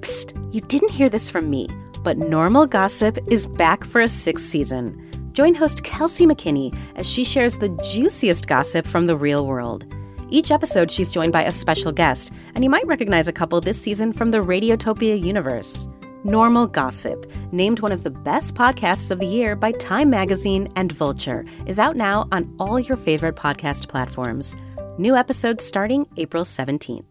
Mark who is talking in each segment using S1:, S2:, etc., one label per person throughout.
S1: Psst, you didn't hear this from me, but Normal Gossip is back for a sixth season. Join host Kelsey McKinney as she shares the juiciest gossip from the real world. Each episode, she's joined by a special guest, and you might recognize a couple this season from the Radiotopia universe. Normal Gossip, named one of the best podcasts of the year by Time Magazine and Vulture, is out now on all your favorite podcast platforms. New episodes starting April 17th.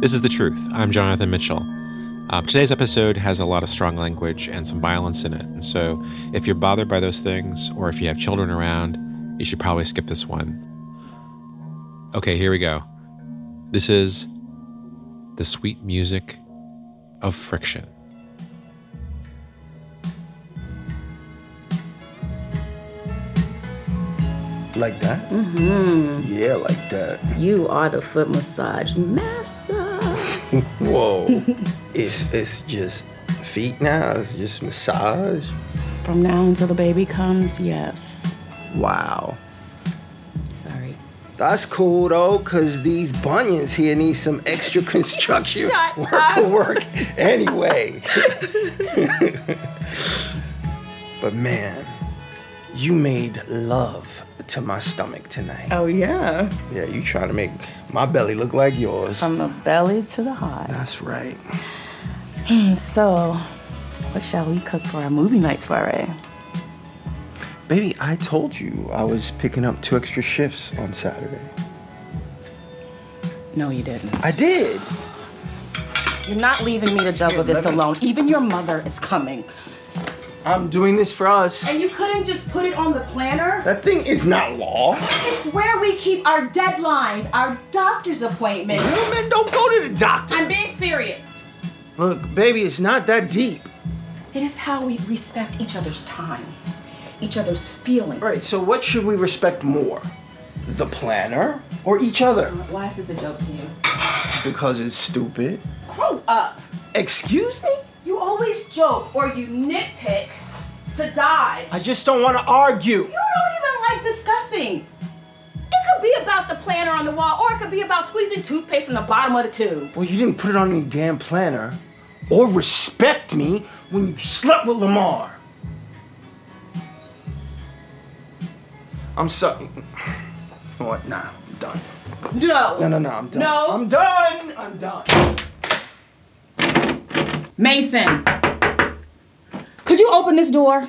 S2: This is The Truth. I'm Jonathan Mitchell. Uh, today's episode has a lot of strong language and some violence in it. And so, if you're bothered by those things, or if you have children around, you should probably skip this one. Okay, here we go. This is the sweet music of friction.
S3: Like that? Mm-hmm. Yeah, like that.
S4: You are the foot massage master.
S3: Whoa. it's it's just feet now. It's just massage.
S4: From now until the baby comes, yes.
S3: Wow.
S4: Sorry.
S3: That's cool though, cause these bunions here need some extra construction
S4: Shut
S3: work
S4: up.
S3: work anyway. but man, you made love to my stomach tonight.
S4: Oh yeah.
S3: Yeah, you trying to make my belly look like yours.
S4: From the belly to the heart.
S3: That's right.
S4: So, what shall we cook for our movie night soiree?
S3: Baby, I told you I was picking up two extra shifts on Saturday.
S4: No, you didn't.
S3: I did.
S4: You're not leaving me to juggle this alone. Even your mother is coming.
S3: I'm doing this for us.
S4: And you couldn't just put it on the planner?
S3: That thing is not law.
S4: It's where we keep our deadlines, our doctor's appointments.
S3: Women don't go to the doctor.
S4: I'm being serious.
S3: Look, baby, it's not that deep.
S4: It is how we respect each other's time, each other's feelings.
S3: All right, so what should we respect more? The planner or each other?
S4: Why is this a joke to you?
S3: Because it's stupid.
S4: Grow up.
S3: Excuse me?
S4: You always joke or you nitpick to dodge.
S3: I just don't want to argue.
S4: you don't even like discussing. It could be about the planner on the wall, or it could be about squeezing toothpaste from the bottom of the tube.
S3: Well, you didn't put it on any damn planner or respect me when you slept with Lamar. I'm sorry. What? Nah, I'm done.
S4: No.
S3: No, no, no, I'm done.
S4: No.
S3: I'm done. I'm done.
S4: Mason, could you open this door?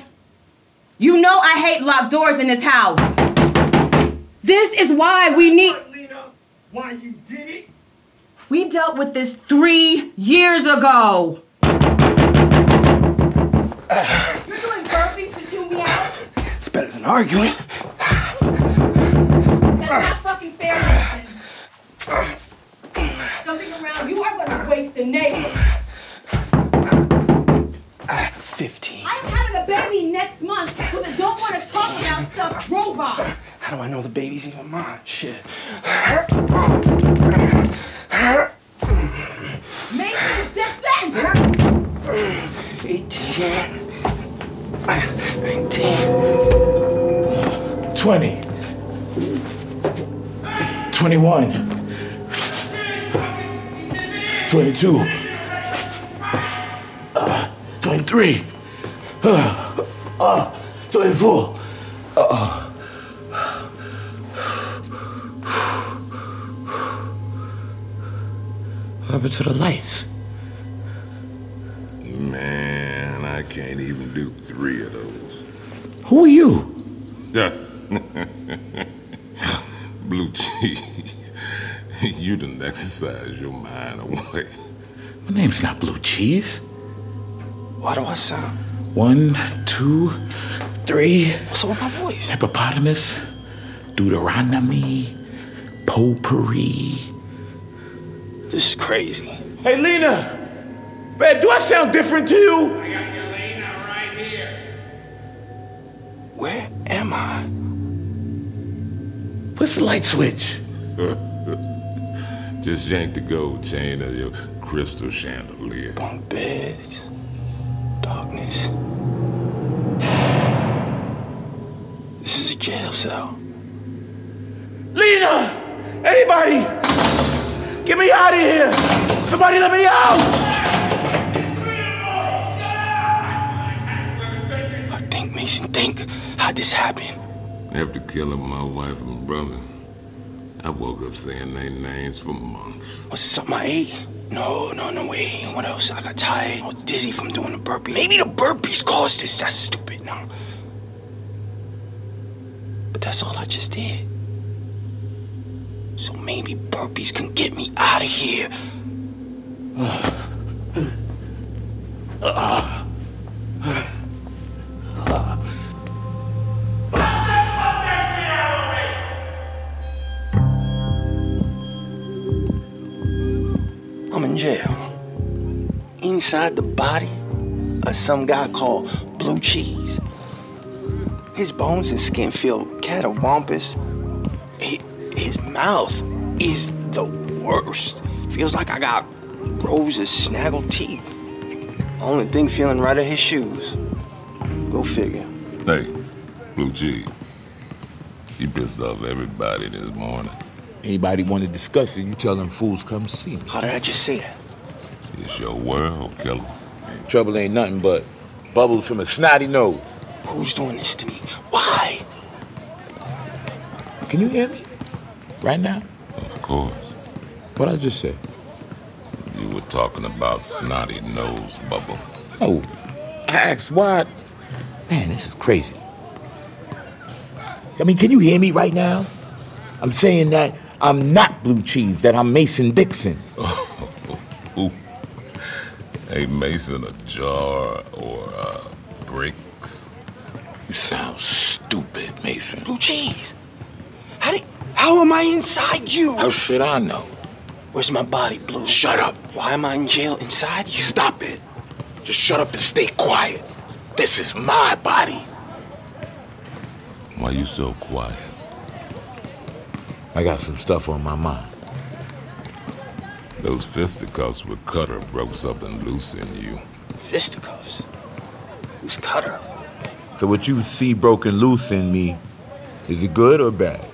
S4: You know I hate locked doors in this house. This is why we need.
S3: Lena, why you did it?
S4: We dealt with this three years ago. You're doing burpees to tune me out?
S3: It's better than arguing.
S4: That's not fucking fair. Mason. Jumping around, you are gonna wake the neighbors.
S3: Fifteen.
S4: I'm having a baby next month with a don't wanna talk about stuff robot.
S3: How do I know the baby's even mine? Shit.
S4: Mason, descend!
S3: 18. 19.
S5: 20. 21. 22. uh, 23. uh, uh, 24. Uh, what happened to the lights?
S6: Man, I can't even do three of those.
S5: Who are you?
S6: Blue cheese. you didn't exercise your mind away.
S5: My name's not Blue Cheese.
S3: Why do I sound
S5: One, two, three.
S3: so with my voice?
S5: hippopotamus, Deuteronomy, potpourri.
S3: This is crazy.
S5: Hey, Lena, man, do I sound different to you?
S7: I got your Lena right here.
S3: Where am I?
S5: What's the light switch?
S6: Just yank the gold chain of your crystal chandelier.
S3: Bunk bed. Darkness. This is a jail cell.
S8: Lena! Anybody! Get me out of here! Somebody let me out!
S3: I think, Mason, think. How'd this happen?
S6: After killing my wife and brother, I woke up saying their names for months.
S3: Was it something I ate? No, no, no way. What else? I got tired. I was dizzy from doing the burpees. Maybe the burpees caused this. That's stupid. No. But that's all I just did. So maybe burpees can get me out of here. I'm in jail. Inside the body of some guy called Blue Cheese. His bones and skin feel catawampus. Hi- His mouth is the worst. Feels like I got rows of snaggled teeth. Only thing feeling right are his shoes. Go figure.
S6: Hey, Blue G, you pissed off everybody this morning.
S9: Anybody want to discuss it, you tell them fools come see me.
S3: How did I just say that?
S6: It's your world, killer.
S9: Trouble ain't nothing but bubbles from a snotty nose.
S3: Who's doing this to me? Why?
S9: Can you hear me? Right now?
S6: Of course.
S9: What I just said?
S6: You were talking about snotty nose bubbles.
S9: Oh, I asked why. Man, this is crazy. I mean, can you hear me right now? I'm saying that I'm not blue cheese, that I'm Mason Dixon.
S6: Ooh. Hey, Mason, a jar or uh, bricks?
S9: You sound stupid, Mason.
S3: Blue cheese. How did? How am I inside you?
S9: How should Oh, I know?
S3: Where's my body, Blue?
S9: Shut up.
S3: Why am I in jail inside you?
S9: Stop it. Just shut up and stay quiet. This is my body.
S6: Why you so quiet?
S9: I got some stuff on my mind.
S6: Those fisticuffs with Cutter broke something loose in you.
S3: Fisticuffs. Who's Cutter?
S9: So what you see broken loose in me, is it good or bad?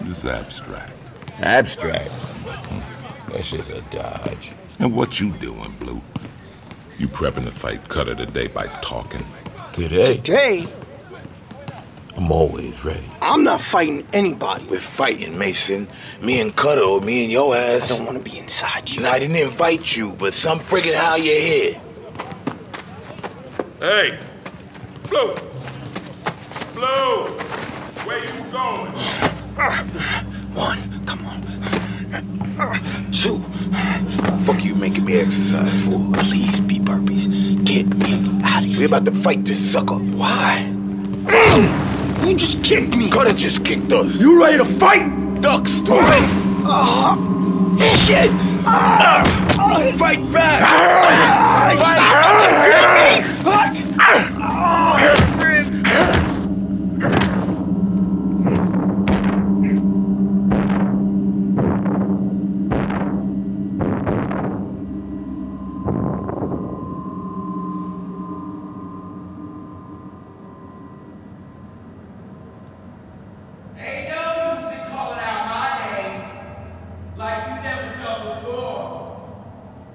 S6: It's abstract.
S9: Abstract. Hmm. That shit's a dodge.
S6: And what you doing, Blue? You prepping to fight Cutter today by talking?
S9: Today,
S3: Today,
S9: I'm always ready.
S3: I'm not fighting anybody.
S9: We're fighting, Mason. Me and Cutter, or me and your
S3: I
S9: ass.
S3: don't want to be inside you.
S9: And I didn't invite you, but some friggin' how you here.
S7: Hey! Blue! Blue! Where you going?
S3: One, come on.
S9: Two. Fuck you making me exercise for.
S3: Please be burpees. Get me out of
S9: We
S3: here.
S9: about to fight this sucker.
S3: Why? you just kicked me.
S9: Cutter just kicked us.
S3: You ready to fight? Ah.
S9: Ducks, dude.
S3: Shit! Ah.
S9: Fight back. Ah.
S3: What?
S7: Ain't no use in calling out my name like you never done before.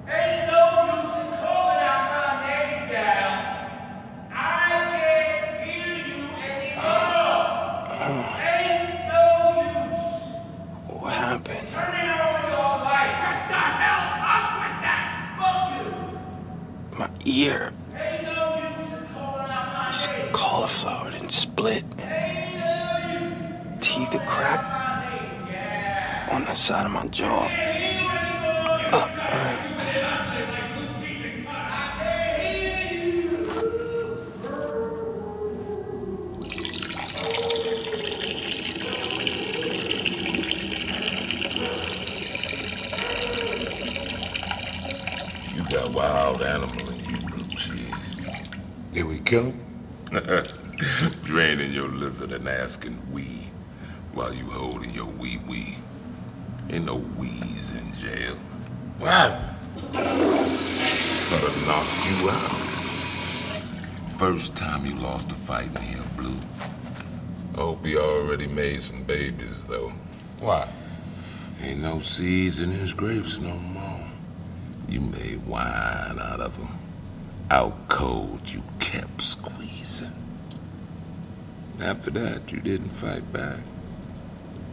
S7: Ain't no use in calling out my name, gal. I can't hear you anymore. Ain't no use.
S3: What happened?
S7: Turning on your light. What the hell up with that? Fuck you.
S3: My ear
S7: Ain't no use in calling out my
S3: is
S7: name.
S3: cauliflowered and split.
S7: Ain't no use.
S3: Teeth are cracked on the side of my jaw.
S6: You got wild animal in you, Blue Cheese.
S9: Did we kill him?
S6: Draining your lizard and asking we while you holding your wee wee. Ain't no wees in jail.
S9: What happened?
S6: Cutter knocked you out. First time you lost a fight in here, Blue. I hope he already made some babies, though. Why? Ain't no seeds in his grapes no more. You made wine out of them. Out cold, you kept squeezing. After that, you didn't fight back.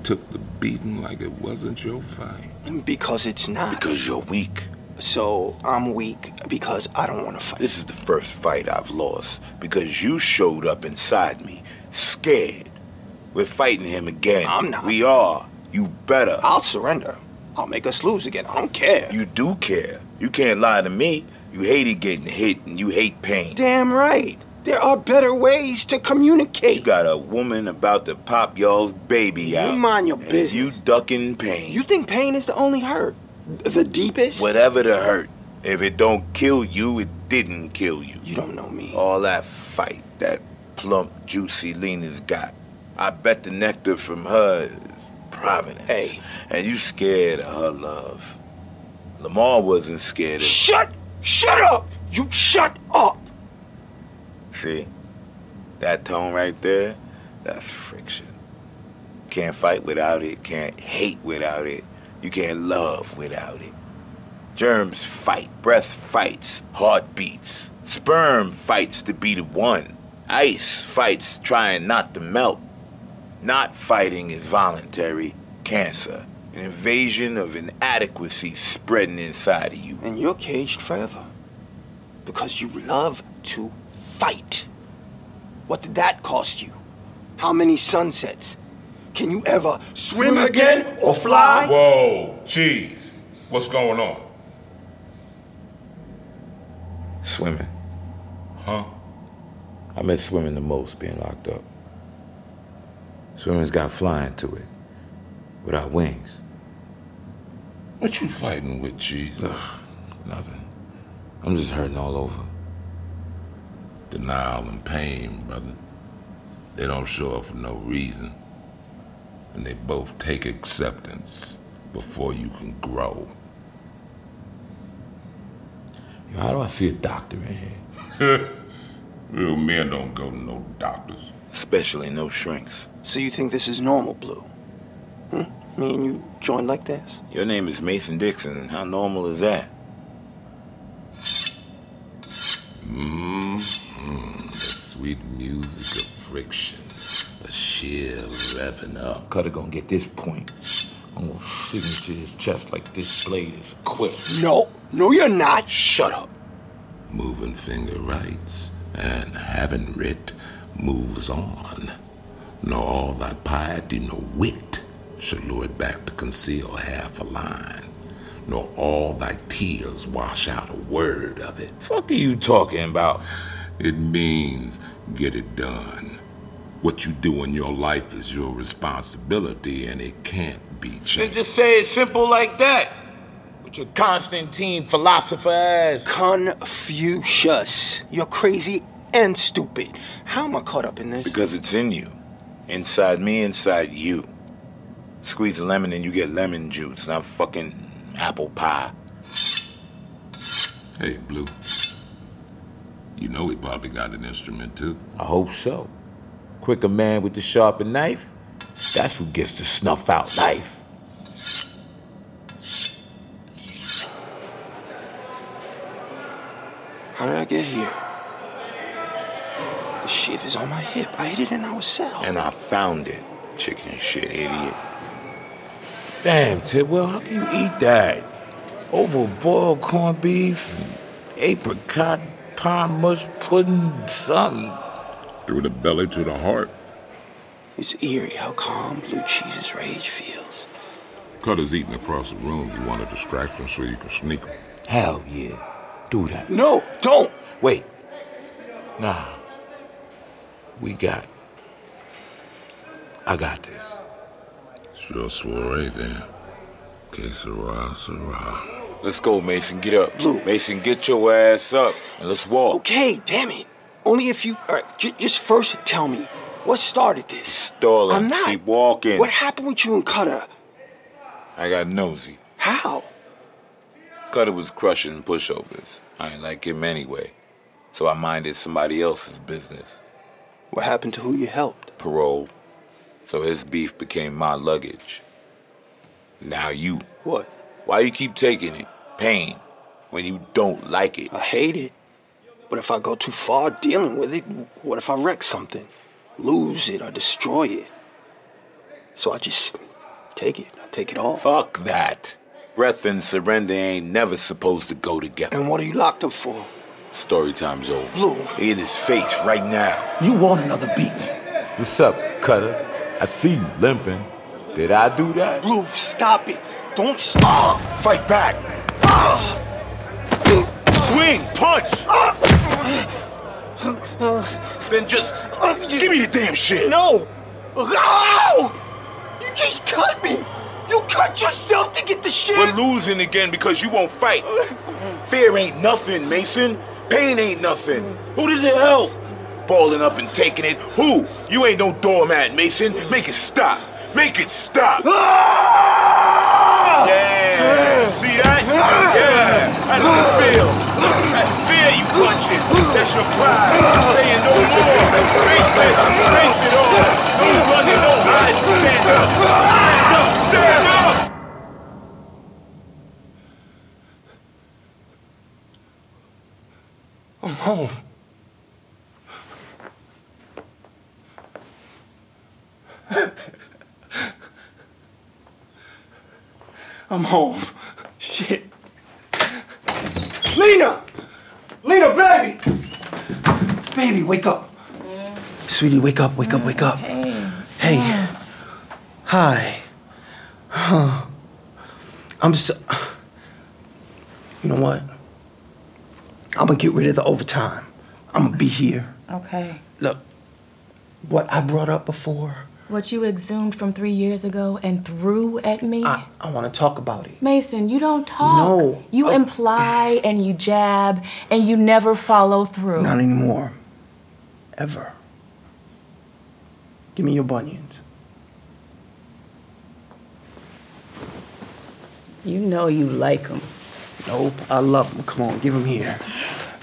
S6: Took the beating like it wasn't your fight.
S3: Because it's not.
S9: Because you're weak.
S3: So I'm weak because I don't want to fight.
S9: This is the first fight I've lost because you showed up inside me, scared. We're fighting him again.
S3: I'm not.
S9: We are. You better.
S3: I'll surrender. I'll make us lose again. I don't care.
S9: You do care. You can't lie to me. You hated getting hit and you hate pain.
S3: damn right. There are better ways to
S9: You
S3: communicate.
S9: got a woman about to pop y'all's baby out.
S3: You mind your
S9: and
S3: business.
S9: You ducking pain.
S3: You think pain is the only hurt? The deepest?
S9: Whatever the hurt. If it don't kill you, it didn't kill you.
S3: You don't know me.
S9: All that fight that plump, juicy Lena's got. I bet the nectar from her is providence.
S3: Hey.
S9: And you scared of her love. Lamar wasn't scared of
S3: Shut! Shut up! You shut up!
S9: See? That tone right there, that's friction. Can't fight without it, can't hate without it, you can't love without it. Germs fight, breath fights, heart beats. Sperm fights to be the one. Ice fights trying not to melt. Not fighting is voluntary cancer, an invasion of inadequacy spreading inside of you.
S3: And you're caged forever. Because you love to fight. What did that cost you? How many sunsets? Can you ever swim again or fly?
S6: Whoa, Oh, jeez. What's going on?
S9: Swimming.
S6: Huh?
S9: I miss swimming the most, being locked up. Swimming's got flying to it, without wings.
S6: What you fighting with, jeez?
S9: Nothing. I'm just hurting all over.
S6: Denial and pain, brother. They don't show up for no reason. And they both take acceptance before you can grow.
S9: Yo, how do I see a doctor in here?
S6: Real men don't go to no doctors.
S9: Especially no shrinks.
S3: So you think this is normal, Blue? Hmm? Me and you joined like this?
S9: Your name is Mason Dixon, and how normal is that?
S6: Mm, The sweet music of friction, the sheer revving up.
S9: Cutter gonna get this point. I'm gonna shoot into his chest like this blade is a quick.
S3: No, no, you're not. Shut up.
S6: Moving finger rights, and having writ moves on. Nor all thy piety nor wit should lure it back to conceal half a line. Nor all thy tears wash out a word of it.
S9: Fuck are you talking about?
S6: It means get it done. What you do in your life is your responsibility, and it can't be
S9: They
S6: changed.
S9: just say it's simple like that. With your Constantine philosopher ass.
S3: Confucius. You're crazy and stupid. How am I caught up in this?
S9: Because it's in you. Inside me, inside you. Squeeze a lemon and you get lemon juice, not fucking apple pie.
S6: Hey, Blue. You know he probably got an instrument too.
S9: I hope so. Quicker man with the sharper knife, that's who gets to snuff out life.
S3: How did I get here? The shiv is on my hip. I hid it in our cell.
S9: And I found it, chicken shit idiot. Damn, Tidwell, how can you eat that? Overboiled corned beef, apricot, pine mush pudding, something.
S6: Through the belly to the heart.
S3: It's eerie how calm Blue Cheese's rage feels.
S6: Cutter's eating across the room. You want a distraction so you can sneak him.
S9: Hell yeah, do that.
S3: No, don't!
S9: Wait. Nah. We got. I got this.
S6: Sure swore anything. Que sera, sera.
S9: Let's go, Mason. Get up. Blue. Mason, get your ass up and let's walk.
S3: Okay, damn it. Only if you. Alright, j- just first tell me, what started this?
S9: Stalling.
S3: I'm not.
S9: Keep walking.
S3: What happened with you and Cutter?
S9: I got nosy.
S3: How?
S9: Cutter was crushing pushovers. I ain't like him anyway. So I minded somebody else's business.
S3: What happened to who you helped?
S9: Parole. So his beef became my luggage. Now you. What? Why you keep taking it? Pain. When you don't like it.
S3: I hate it. But if I go too far dealing with it, what if I wreck something? Lose it or destroy it? So I just take it. I take it all.
S9: Fuck that. Breath and surrender ain't never supposed to go together.
S3: And what are you locked up for?
S9: Story time's over.
S3: Blue.
S9: In his face right now.
S3: You want another beating.
S9: What's up, Cutter? I see you limping. Did I do that?
S3: Blue, stop it. Don't stop.
S9: Fight back. Swing, punch. Then just
S3: uh,
S9: give me the damn shit. Oh!
S3: No! Ow! oh! You just cut me! You cut yourself to get the shit!
S9: We're losing again because you won't fight. Fear ain't nothing, Mason. Pain ain't nothing. Who does it help? Balling up and taking it. Who? You ain't no doormat, Mason. Make it stop. Make it stop. Yeah. See that? Yeah. That's what it feels. That's fear you punching. That's your pride. Saying no more. Face this. Face it all. No running, no hiding. Stand up. Stand up. Stand up.
S3: I'm home. I'm home. Shit. Lena! Lena, baby! Baby, wake up. Sweetie, wake up, wake up, wake up. Hey. Hi. Huh. I'm so. You know what? I'm gonna get rid of the overtime. I'm gonna be here.
S4: Okay.
S3: Look, what I brought up before,
S4: What you exhumed from three years ago and threw at me?
S3: I, I wanna talk about it.
S4: Mason, you don't talk.
S3: Ah. No.
S4: You
S3: Oh.
S4: imply and you jab and you never follow through.
S3: Not anymore. Ever. Give me your bunions.
S4: You know you like them.
S3: Nope, I love them. Come on, give them here.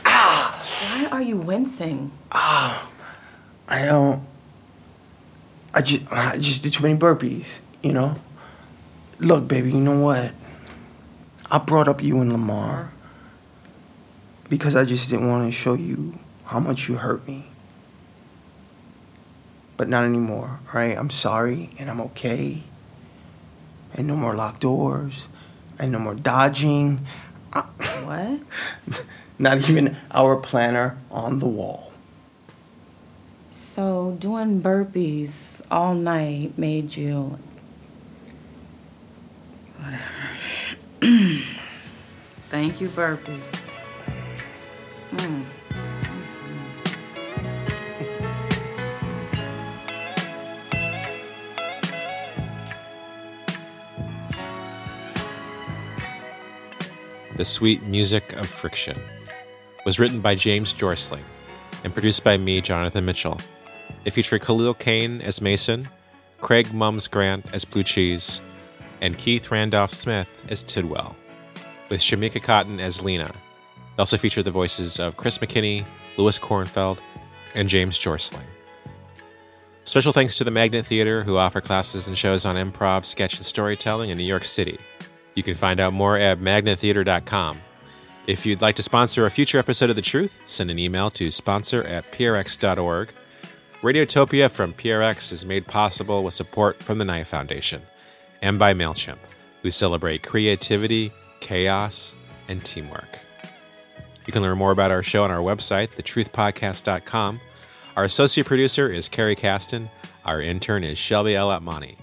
S4: Why are you wincing?
S3: I don't. I just, I just did too many burpees, you know? Look, baby, you know what? I brought up you and Lamar because I just didn't want to show you how much you hurt me. But not anymore, all right? I'm sorry and I'm okay. And no more locked doors and no more dodging.
S4: What?
S3: Not even our planner on the wall.
S4: So, doing burpees all night made you. Whatever. Thank you, burpees.
S2: The Sweet Music of Friction was written by James Jorsling and produced by me, Jonathan Mitchell. It featured Khalil Kane as Mason, Craig Mums Grant as Blue Cheese, and Keith Randolph Smith as Tidwell, with Shamika Cotton as Lena. It also featured the voices of Chris McKinney, Louis Kornfeld, and James Jorsling. Special thanks to the Magnet Theater, who offer classes and shows on improv, sketch, and storytelling in New York City. You can find out more at magnettheater.com. If you'd like to sponsor a future episode of The Truth, send an email to sponsor at prx.org. Radiotopia from PRX is made possible with support from the Knife Foundation and by MailChimp, who celebrate creativity, chaos, and teamwork. You can learn more about our show on our website, thetruthpodcast.com. Our associate producer is Carrie Caston. Our intern is Shelby L. Atmani.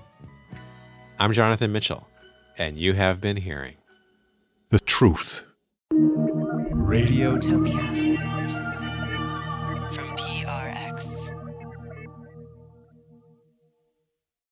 S2: I'm Jonathan Mitchell, and you have been hearing.
S10: The truth. Radiotopia.